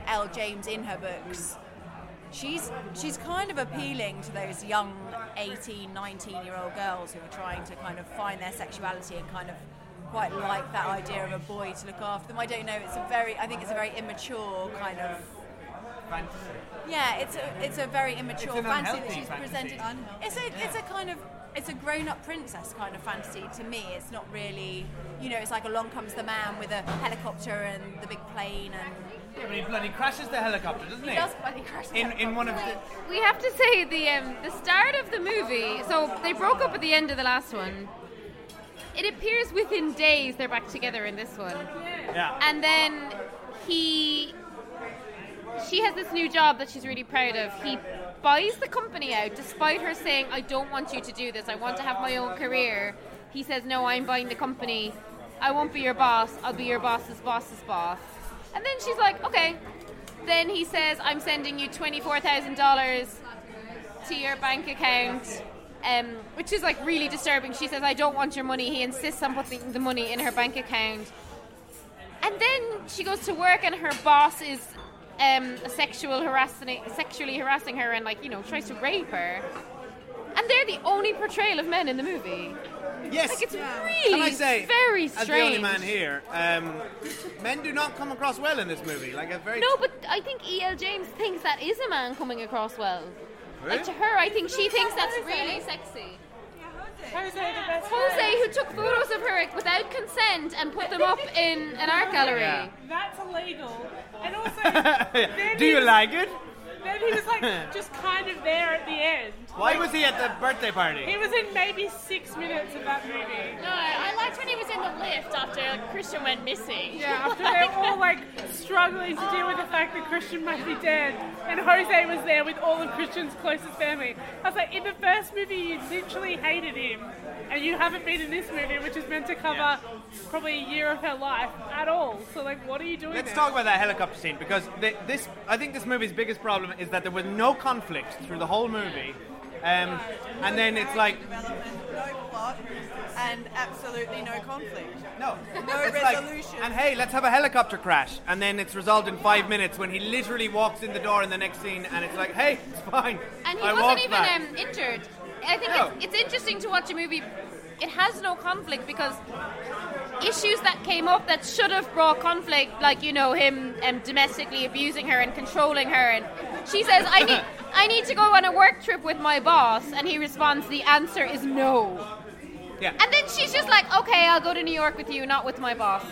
J: Elle James in her books she's she's kind of appealing to those young 18 19 year old girls who are trying to kind of find their sexuality and kind of quite like that idea of a boy to look after them I don't know it's a very I think it's a very immature kind of
K: Fantasy.
J: yeah, it's a it's a very
K: It's
J: immature
K: an
J: fantasy that
K: unhealthy
J: she's
K: fantasy.
J: presented. It's a it's a kind of it's a grown up princess kind of fantasy to me. It's not really you know, it's like along comes the man with a helicopter and the big plane and
K: Yeah, but he bloody crashes the helicopter, doesn't he?
J: He does bloody crash the
K: In, in one of the.
B: We have to say the um, the start of the movie. So they broke up at the end of the last one. It appears within days they're back together in this one.
K: Yeah.
B: And then he she has this new job that she's really proud of. He buys the company out despite her saying, I don't want you to do this, I want to have my own career. He says, No, I'm buying the company. I won't be your boss, I'll be your boss's boss's boss. And then she's like, Okay. Then he says, I'm sending you $24,000 to your bank account. Um, which is like really disturbing. She says, I don't want your money. He insists on putting the money in her bank account. And then she goes to work, and her boss is um, sexual harassing, sexually harassing her, and like you know tries to rape her. And they're the only portrayal of men in the movie.
K: Yes.
B: like it's
K: Can I
B: really
K: say,
B: very
K: as the only
B: strange.
K: man here, um, men do not come across well in this movie. Like a very
B: No, but I think E.L. James thinks that is a man coming across well.
K: Really?
B: Like to her, I think she thinks that's
F: Jose.
B: really sexy.
C: Jose, the best
B: Jose, who took photos of her without consent and put them up in an art gallery.
K: Yeah.
C: That's illegal. And also,
K: Do you like it?
C: then he was like just kind of there at the end.
K: Why was he at the birthday party?
C: He was in maybe six minutes of that movie.
F: No, I
L: liked when he was in the lift after Christian went missing.
C: Yeah, after they were all like struggling to deal with the fact that Christian might be dead, and Jose was there with all of Christian's closest family. I was like, in the first movie, you literally hated him, and you haven't been in this movie, which is meant to cover probably a year of her life at all. So like, what are you doing?
A: Let's
C: there?
A: talk about that helicopter scene because th this, I think, this movie's biggest problem is that there was no conflict through the whole movie, um, and then it's like
G: Development, no plot, and absolutely no conflict.
K: No,
G: no
K: it's like,
G: resolution.
A: And hey, let's have a helicopter crash. And then it's resolved in five minutes when he literally walks in the door in the next scene and it's like, hey, it's fine.
B: And he
A: I
B: wasn't
A: walked
B: even
A: back.
B: um, injured. I think
A: No.
B: it's, it's interesting to watch a movie. It has no conflict because issues that came up that should have brought conflict, like you know him um, domestically abusing her and controlling her, and she says, "I need, I need to go on a work trip with my boss," and he responds, "The answer is no."
A: Yeah.
B: And then she's just like, "Okay, I'll go to New York with you, not with my boss."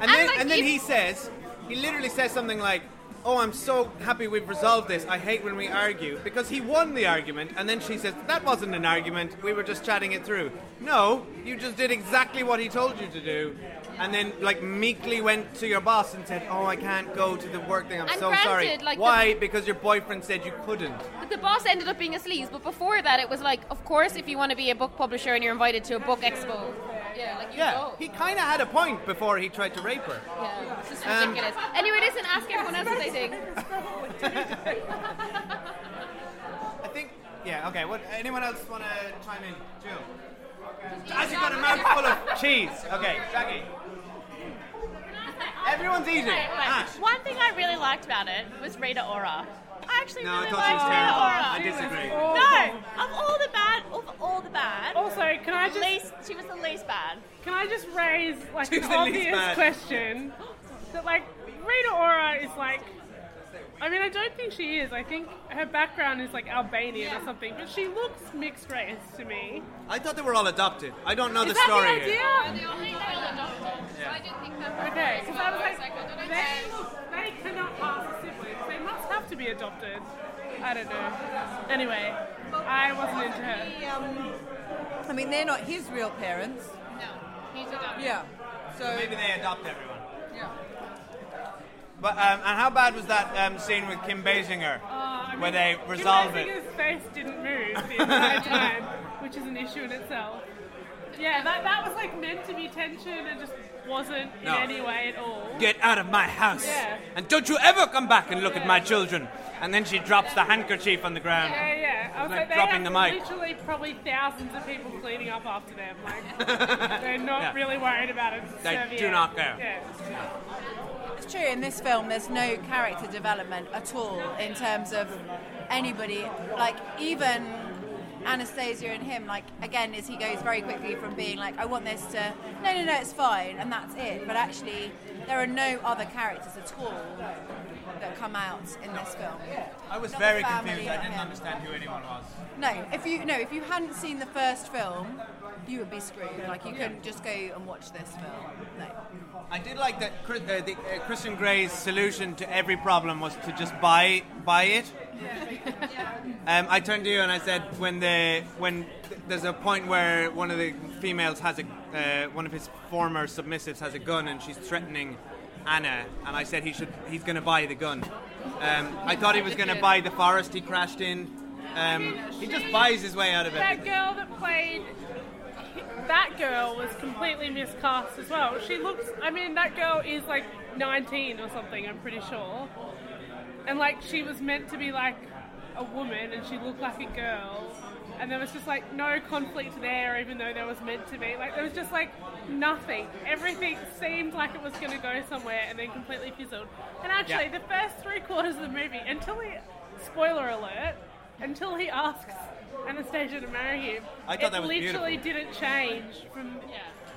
A: And then,
B: like,
A: and then
B: if-
A: he says, he literally says something like, Oh, I'm so happy we've resolved this. I hate when we argue. Because he won the argument, and then she says, That wasn't an argument. We were just chatting it through. No, you just did exactly what he told you to do. And then, like, meekly went to your boss and said, Oh, I can't go to the work thing. I'm
B: And
A: so sorry.
B: granted, like, the- Oh.
A: Why? Because your boyfriend said you couldn't.
B: But the boss ended up being a sleaze. But before that, it was like, of course, if you want to be a book publisher and you're invited to a book expo, yeah, like you
A: Yeah,
B: go.
A: he kind of had a point before he tried to rape her.
B: Yeah, this is
A: Um,
B: ridiculous. anyway, listen, ask everyone else what they think.
A: Yeah, okay. What? Anyone else want to chime in? Jill. As you got a mouth full of cheese. Okay, Jackie. Everyone's eating.
L: Wait, wait.
A: Ah.
L: One thing I really liked about it was Rita Ora. I actually
A: No, I
L: really
A: thought she
L: liked
A: was
L: Rita
A: terrible.
L: Ora.
A: I disagree.
L: No, of all the bad, of all the bad.
C: Also, can I just-
L: least she was the least bad.
C: Can I just raise like
L: She's
C: an
L: the least
C: obvious
L: bad.
C: question? That like Rita Ora is like I mean I don't think she is. I think her background is like Albanian or something, but she looks mixed race to me.
A: I thought they were all adopted. I don't know
C: is
A: the
C: that
A: story
C: the
A: here.
C: idea?
F: So I didn't think that
C: Okay,
F: was
C: because I was like,
F: don't know.
C: they, they cannot pass as siblings. They must have to be adopted. I don't know. Anyway, I wasn't into her.
J: I mean, they're not his real parents.
F: No, he's adopted.
J: Yeah.
A: So maybe they adopt everyone. But um, and how bad was that um, scene with Kim Basinger,
C: Um,
A: where they resolve it?
C: His face didn't move the entire time, which is an issue in itself. Yeah, that, that was like meant to be tension and just wasn't
A: No.
C: in any way at all.
A: Get out of my house!
C: Yeah.
A: And don't you ever come back and look at my children! And then she drops the handkerchief on the ground.
C: Yeah, yeah. I was
A: Like
C: like, they
A: dropping
C: have
A: the mic.
C: literally probably thousands of people cleaning up after them. Like they're not
A: Yeah.
C: really worried about it.
A: They
C: Serviette.
A: do not care.
C: Yeah.
J: It's true, in this film, there's no character development at all in terms of anybody. Like, even Anastasia and him, like, again, as he goes very quickly from being like, I want this to, no, no, no, it's fine, and that's it. But actually, there are no other characters at all that come out in this film.
A: I was
J: Not the
A: very
J: family,
A: confused. I
J: not
A: didn't
J: him.
A: understand who anyone was.
J: No, if you no, if you hadn't seen the first film, you would be screwed. Like you couldn't just go and watch this film. No.
A: I did like that Chris, uh, the, uh, Christian Gray's solution to every problem was to just buy buy it. Um, I turned to you and I said, when the when th- there's a point where one of the females has a uh, one of his former submissives has a gun and she's threatening Anna, and I said he should he's going to buy the gun. Um, I thought he was going to buy the forest he crashed in. Um, he just buys his way out of
C: That
A: it.
C: girl that played that girl was completely miscast as well. She looks. I mean, that girl is like 19 or something. I'm pretty sure. And like she was meant to be like a woman, and she looked like a girl. And there was just like no conflict there, even though there was meant to be. Like there was just like nothing. Everything seemed like it was going to go somewhere, and then completely fizzled. And actually,
L: Yeah.
C: the first three quarters of the movie, until he, spoiler alert, until he asks Anastasia to marry him,
A: I thought
C: it
A: that was
C: literally didn't change from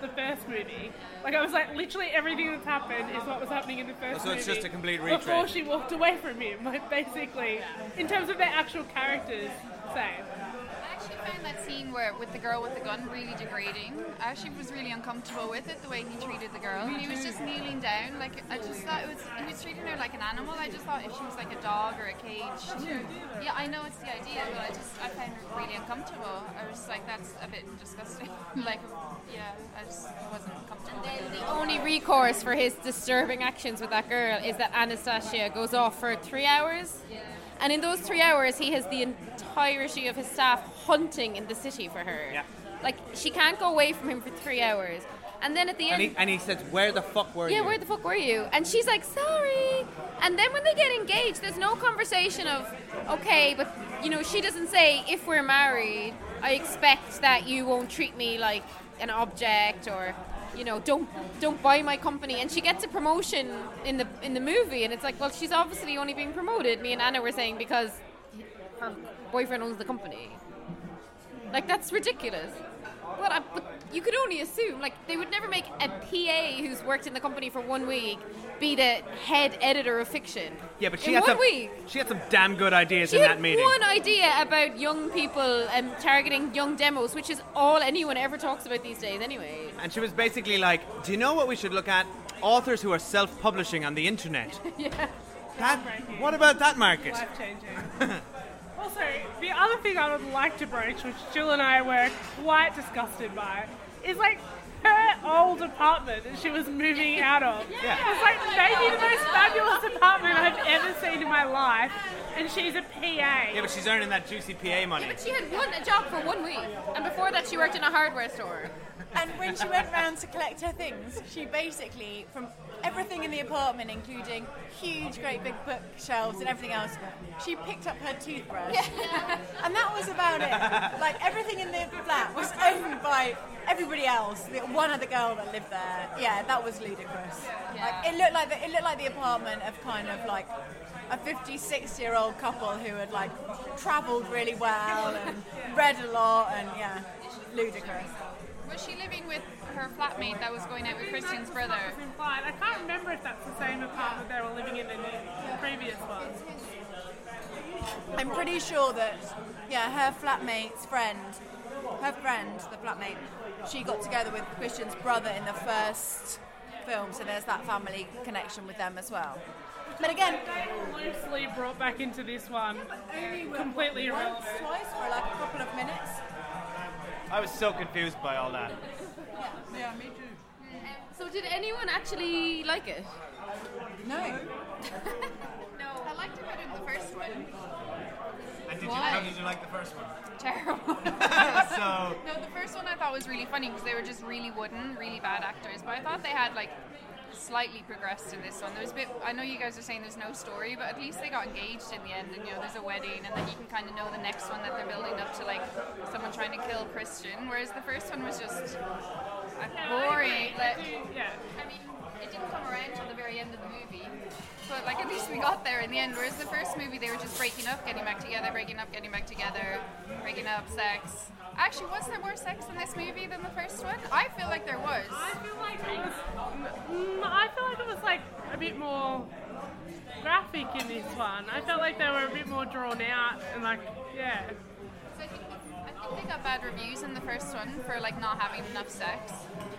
C: the first movie. Like I was like, literally everything that's happened is what was happening in the first
A: So
C: movie.
A: it's just a complete
C: Oh, Before
A: retread.
C: she walked away from him, like basically, in terms of their actual characters, same.
F: I actually found that scene where with the girl with the gun really degrading. I actually was really uncomfortable with it, the way he treated the girl.
B: Me
F: He was
B: too.
F: just kneeling down. Like I just thought it was he was treating her like an animal. I just thought if she was like a dog or a cage.
B: That's the idea, though.
F: Yeah, I know it's the idea, but I just I found her really uncomfortable. I was like that's a bit disgusting. like yeah, I just wasn't comfortable. with it.
B: The only recourse for his disturbing actions with that girl is that Anastasia goes off for three hours. And in those three hours, he has the entirety of his staff hunting in the city for her. Like, she can't go away from him for three hours. And then at the
A: And
B: end.
A: he, and he says, "Where the fuck were
B: yeah,
A: you?"
B: where the fuck were you? And she's like, sorry. And then when they get engaged, there's no conversation of, okay, but you know, she doesn't say if we're married, I expect that you won't treat me like an object or, you know, don't don't buy my company. And she gets a promotion in the in the movie, and it's like, well, she's obviously only being promoted. Me and Anna were saying because her boyfriend owns the company. Like that's ridiculous. Well, I, but you could only assume like they would never make a PA who's worked in the company for one week be the head editor of fiction.
A: Yeah, but she
B: in
A: had
B: one
A: some.
B: week.
A: She had some damn good ideas
B: She
A: in
B: had
A: that meeting.
B: one idea about young people and targeting young demos, which is all anyone ever talks about these days, anyway.
A: And she was basically like, "Do you know what we should look at? Authors who are self-publishing on the internet.
B: yeah.
A: What about that market?"
C: Life changing. also, the other thing I would like to broach, which Jill and I were quite disgusted by, is like her old apartment that she was moving out of.
B: Yeah.
C: It was like maybe the most fabulous apartment I've ever seen in my life, and she's a PA.
A: Yeah, but she's earning that juicy PA money.
B: But she had one a job for one week, and before that, she worked in a hardware store.
J: And when she went round to collect her things, she basically, from everything in the apartment, including huge, great big bookshelves and everything else, she picked up her toothbrush. and that was about it. Like, everything in the flat was owned by everybody else, the one other girl that lived there. Yeah, that was ludicrous. Like, it looked like the, it looked like the apartment of kind of like a 56 year old couple who had like travelled really well and read a lot and yeah, ludicrous.
F: Was she living with her flatmate that was going out with Christian's brother?
C: Implied. I can't remember if that's the same apartment they were living in in the previous one.
J: I'm pretty sure that yeah, her flatmate's friend, her friend, the flatmate, she got together with Christian's brother in the first film, so there's that family connection with them as well. But again,
C: loosely brought back into this one, completely irrelevant.
J: twice for like a couple of minutes.
K: I was so confused by all that.
J: Yeah, me too.
B: So, did anyone actually like it?
J: No.
F: No, I liked it better than the first one.
K: And did you,
F: Why?
K: how did you like the first one?
F: Terrible.
K: So-
F: No, the first one I thought was really funny because they were just really wooden, really bad actors. But I thought they had like slightly progressed in this one. There was a bit. I know you guys are saying there's no story, but at least they got engaged in the end, and you know there's a wedding, and then you can kind of know the next one that they're building up to, like someone trying to kill Christian. Whereas the first one was just uh, boring.
B: I
F: Like,
B: agree. I do-
F: yeah. I mean, it didn't come around till the very end of the movie. But like at least we got there in the end. Whereas the first movie they were just breaking up, getting back together, breaking up, getting back together, breaking up, sex. Actually, was there more sex in this movie than the first one? I feel like there was. I
C: feel like it was. Mm, I feel like it was like a bit more graphic in this one. I felt like they were a bit more drawn out and like, yeah.
F: I think they got bad reviews in the first one for like not having enough sex.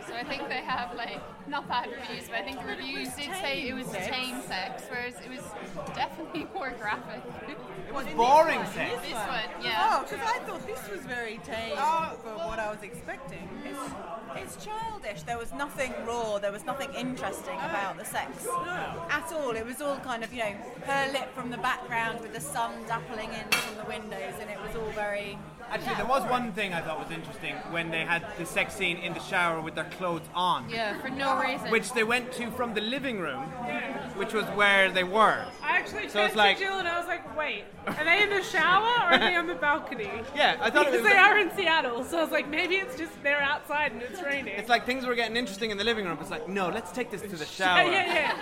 F: So I think they have like not bad reviews, but I think the reviews did say it was
C: tame sex.
F: tame sex, whereas it was definitely more graphic. It
C: was
K: boring
F: sex. This one,
E: Oh,
F: yeah.
E: because I thought this was very tame
K: Oh.
E: for what I was expecting.
J: It's childish. There was nothing raw. There was nothing interesting about the sex at all. It was all kind of you know her lip from the background with the sun dappling in from the windows, and it was all very.
K: Actually, there was one thing I thought was interesting when they had the sex scene in the shower with their clothes on.
B: Yeah, for no reason.
K: Which they went to from the living room, which was where they were.
C: I actually
K: So
C: turned
K: it's like-
C: to Jill and I was like, wait, are they in the shower or are they on the balcony?
A: Yeah, I thought it
C: because
A: was
C: they
A: like-
C: are in Seattle, so I was like, maybe it's just they're outside and it's raining.
A: It's like things were getting interesting in the living room. It's like, no, let's take this to the
C: yeah,
A: shower.
C: yeah, yeah.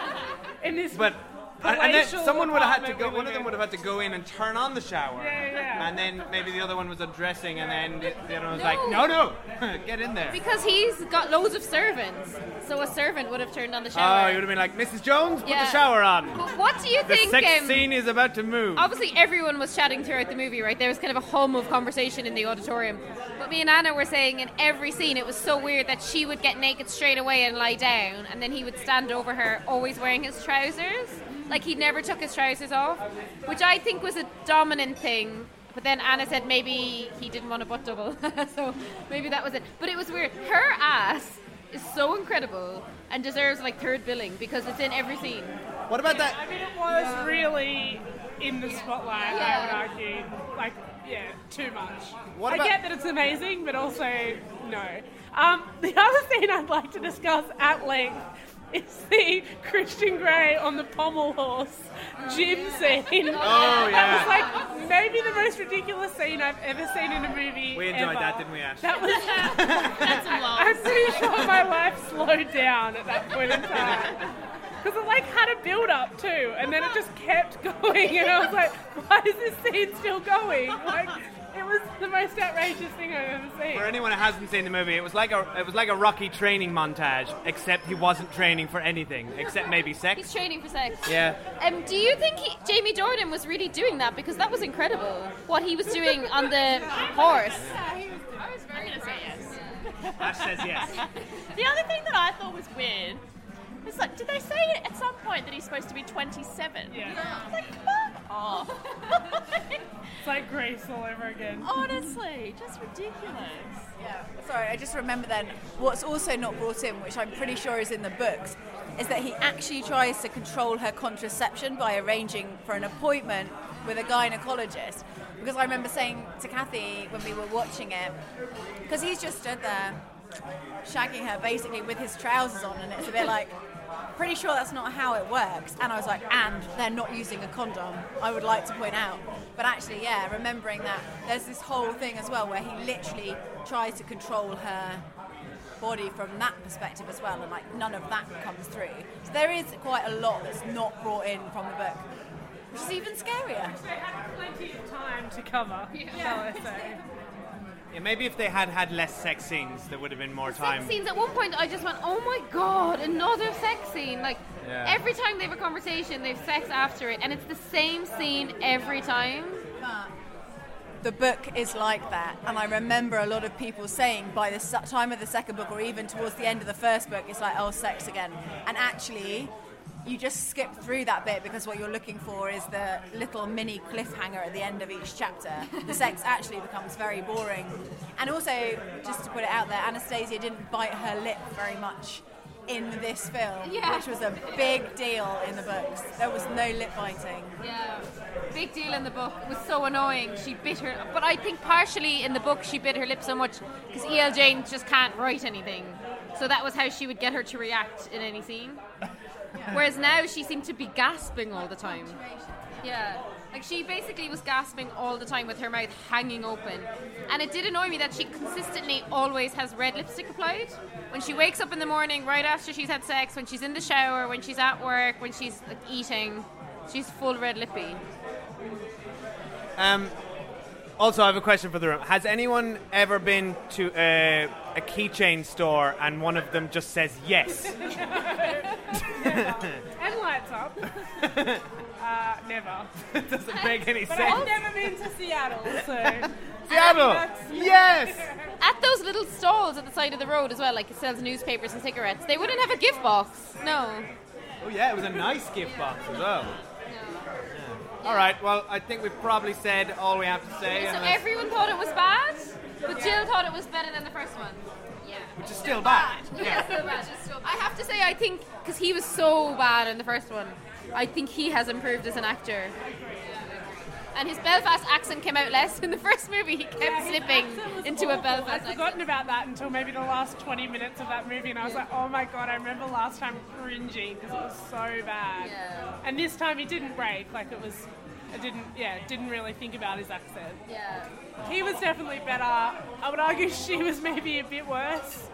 C: In this
A: But And, and then
C: palatial
A: someone would have had to
C: apartment
A: go.
C: we
A: One
C: live
A: of them
C: in.
A: would have had to go in and turn on the shower.
C: Yeah, yeah, yeah.
A: And then maybe the other one was undressing, and then the other one was like, "No, no, get in there."
B: Because he's got loads of servants, so a servant would have turned on the
A: Oh,
B: shower.
A: you would have been like, "Mrs. Jones, put
B: Yeah.
A: the shower on."
B: But what do you
A: the
B: think?
A: sex
B: um,
A: scene is about to move.
B: Obviously, everyone was chatting throughout the movie, right? There was kind of a hum of conversation in the auditorium. But me and Anna were saying in every scene, it was so weird that she would get naked straight away and lie down, and then he would stand over her, always wearing his trousers. Like he never took his trousers off, which I think was a dominant thing. But then Anna said maybe he didn't want a butt double, so maybe that was it. But it was weird. Her ass is so incredible and deserves like third billing because it's in every scene.
A: What about that?
C: I mean, it was really in the spotlight, I would argue. Like, yeah, too much.
A: What
C: I
A: about-
C: get that it's amazing, but also, no. Um, the other thing I'd like to discuss at length is the Christian Grey on the pommel horse gym scene.
A: Oh, yeah.
C: That was like maybe the most ridiculous scene I've ever seen in a movie.
A: We enjoyed
C: ever.
A: that, didn't we, Ash?
C: That was. I'm pretty sure my life slowed down at that point in time. Because it like had a build up too, and then it just kept going, and I was like, why is this scene still going? Like, it was the most outrageous thing I've ever seen.
A: For anyone who hasn't seen the movie, it was like a it was like a Rocky training montage, except he wasn't training for anything except maybe
B: He's
A: sex.
B: training for sex.
A: Yeah.
B: Um, do you think he, Jamie Jordan was really doing that? Because that was incredible. What he was doing on the horse.
L: I was very going to say yes.
A: Ash says yes.
L: the other thing that I thought was weird was like, did they say at some point that he's supposed to be 27? Yeah. Like, fuck off.
C: It's like Grace all over again.
L: Honestly, just ridiculous.
J: Yeah. Sorry, I just remember then what's also not brought in, which I'm pretty sure is in the books, is that he actually tries to control her contraception by arranging for an appointment with a gynecologist. Because I remember saying to Kathy when we were watching it, because he's just stood there shagging her basically with his trousers on, and it's a bit like, pretty sure that's not how it works. And I was like, and they're not using a condom, I would like to point out. But actually, yeah, remembering that there's this whole thing as well where he literally tries to control her body from that perspective as well, and like none of that comes through. So there is quite a lot that's not brought in from the book, which is even scarier.
C: Plenty of time to cover.
J: Yeah.
C: shall I say.
A: Yeah, maybe if they had had less sex scenes, there would have been more time.
B: Seems at one point I just went, oh my god, another sex scene. Like
A: Yeah.
B: every time they have a conversation, they have sex after it, and it's the same scene every time.
J: the book is like that, and I remember a lot of people saying by the se- time of the second book, or even towards the end of the first book, it's like, oh, sex again. And actually, you just skip through that bit because what you're looking for is the little mini cliffhanger at the end of each chapter. The sex actually becomes very boring. And also, just to put it out there, Anastasia didn't bite her lip very much in this film,
B: Yeah.
J: which was a big deal in the books. There was no lip biting.
B: Yeah. Big deal in the book. It was so annoying. She bit her, but I think partially in the book she bit her lip so much because E.L. James just can't write anything. So that was how she would get her to react in any scene. Whereas now she seemed to be gasping all the time. Yeah. Like she basically was gasping all the time with her mouth hanging open. And it did annoy me that she consistently always has red lipstick applied. When she wakes up in the morning, right after she's had sex, when she's in the shower, when she's at work, when she's like eating, she's full red lippy.
A: Um, also, I have a question for the room. Has anyone ever been to a, a keychain store and one of them just says yes?
C: and lights up. Uh, never.
A: it doesn't make any
C: But
A: sense.
C: I've never been to Seattle, so.
A: Seattle! Yes!
B: At those little stalls at the side of the road as well, like it sells newspapers and cigarettes, they wouldn't have a gift box. No.
A: Oh yeah, it was a nice gift box as well. All right. Well, I think we've probably said all we have to say,
B: So
A: unless-
B: everyone thought it was bad, but Jill thought it was better than the first one. Yeah.
A: which is still bad.
B: Yeah, so bad. I have to say, I think because he was so bad in the first one, I think he has improved as an actor. And his Belfast accent came out less in the first movie. He kept slipping into a Belfast
C: I'd
B: accent.
C: forgotten about that until maybe the last 20 minutes of that movie, and I was like, oh my god, I remember last time cringing because it was so bad. And this time he didn't break, like it was, I didn't, yeah, didn't really think about his accent.
B: Yeah.
C: He was definitely better. I would argue she was maybe a bit worse.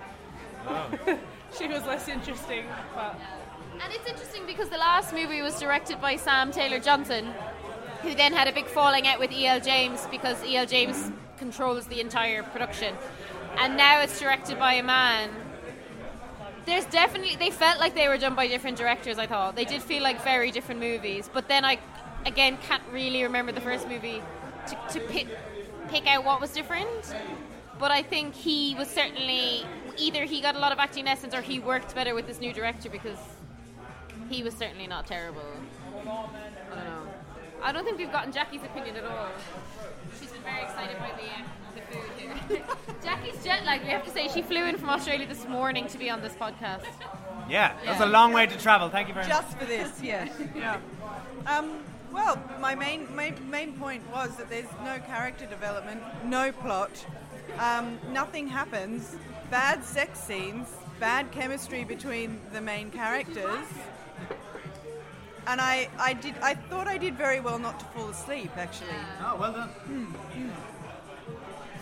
C: she was less interesting, but
B: And it's interesting because the last movie was directed by Sam Taylor Johnson, who then had a big falling out with E.L. James because E.L. James controls the entire production. And now it's directed by a man. There's definitely they felt like they were done by different directors, I thought. They did feel like very different movies, but then I again can't really remember the first movie to, to pick pick out what was different. But I think he was certainly either he got a lot of acting lessons or he worked better with this new director because he was certainly not terrible. I don't know. I don't think we've gotten Jackie's opinion at all. She's been very excited by the, uh, the food here. Jackie's jet lag. We have to say she flew in from Australia this morning to be on this podcast.
K: Yeah, that was
G: Yeah.
K: a long way to travel. Thank you very much.
G: Just for this, yeah. yeah. Um, well, my main, main main point was that there's no character development, no plot, um, nothing happens, bad sex scenes, bad chemistry between the main characters. And I, I did I thought I did very well not to fall asleep actually.
K: Oh, well done.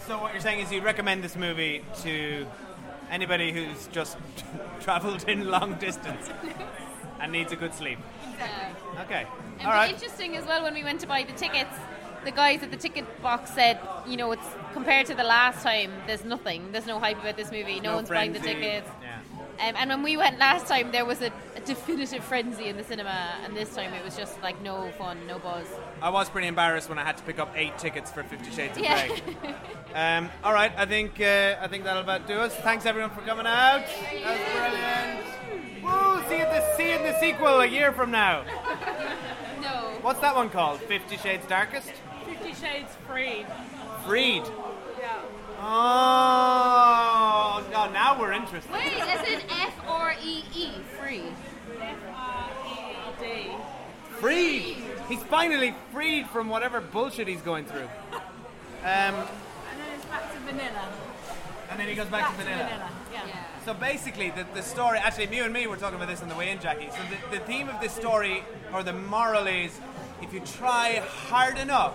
K: So what you're saying is you recommend this movie to anybody who's just traveled in long distance and needs a good sleep.
B: Yeah.
K: Okay.
B: And
K: All right.
B: interesting as well when we went to buy the tickets, the guys at the ticket box said, you know, it's compared to the last time, there's nothing. There's no hype about this movie. No, one's buying the
K: frenzy.
B: tickets.
K: Yeah.
B: Um, and when we went last time, there was a, a definitive frenzy in the cinema, and this time it was just like no fun, no buzz.
A: I was pretty embarrassed when I had to pick up eight tickets for Fifty Shades of
B: Yeah.
A: Grey. Um, all right, I think uh, I think that'll about do us. Thanks everyone for coming out. That was brilliant. Woo! See you at the see you in the sequel a year from now.
B: No.
A: What's that one called? Fifty Shades Darkest.
C: Fifty Shades Free.
A: Freed.
C: Yeah.
A: Oh, no, now we're interested.
B: Wait, that's an F R E E, free.
C: E F-R-E-E-D.
A: Freed. He's finally freed from whatever bullshit he's going through. Um,
J: And then it's back to vanilla.
A: and then he goes back, to vanilla.
J: Yeah.
A: So basically, the, the story. Actually, you and me were talking about this on the way in, Jackie. So the, the theme of this story, or the moral, is if you try hard enough,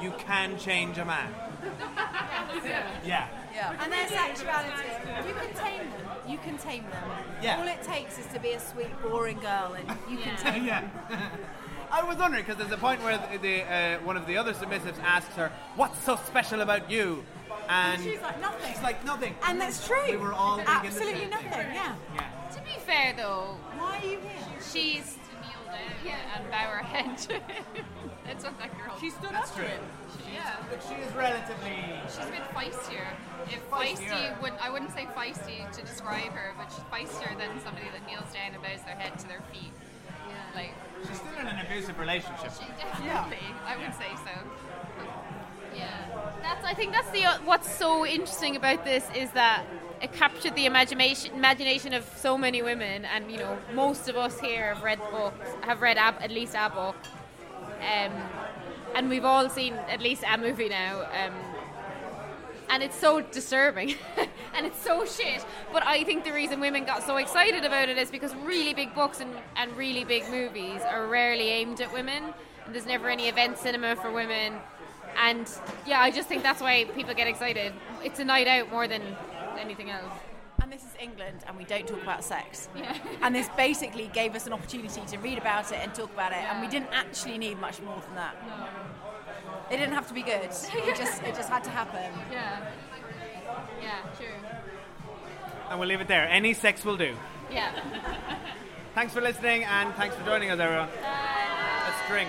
A: you can change a man. Yeah.
J: Yeah. And there's sexuality. You can tame them. You can tame them.
A: Yeah.
J: All it takes is to be a sweet, boring girl, and you can tame
A: yeah.
J: them.
A: I was wondering because there's a point where the, the uh, one of the other submissives asks her, "What's so special about you?" And
J: she's like nothing. She's
A: like nothing.
J: And that's true.
A: We were all thinking the
J: absolutely
A: same
J: nothing. Yeah.
B: To be fair though,
J: why are you here?
B: She's
F: kneel down and bow her head. That's what that girl.
C: She stood
A: That's up to true.
F: it.
A: it.
F: yeah.
A: But she is relatively-
F: She's a bit feistier. If feisty,
A: Feistier.
F: would I wouldn't say feisty to describe her, but she's feistier than somebody that kneels down and bows their head to their feet. Yeah. Like
A: she's still in an abusive relationship.
F: she definitely. I would say so. Yeah.
B: That's, I think that's the uh, what's so interesting about this is that it captured the imagination imagination of so many women, and you know most of us here have read books, have read ab, at least a book, um, and we've all seen at least a movie now, um, and it's so disturbing, and it's so shit. But I think the reason women got so excited about it is because really big books and, and really big movies are rarely aimed at women. And there's never any event cinema for women. And yeah, I just think that's why people get excited. It's a night out more than anything else.
J: And this is England, and we don't talk about sex.
B: Yeah.
J: And this basically gave us an opportunity to read about it and talk about it, and we didn't actually need much more than that. It didn't have to be good. It just it just had to happen.
B: Yeah. Yeah, true.
A: And we'll leave it there. Any sex will do.
B: Yeah.
A: Thanks for listening and thanks for joining us, everyone. Let's drink.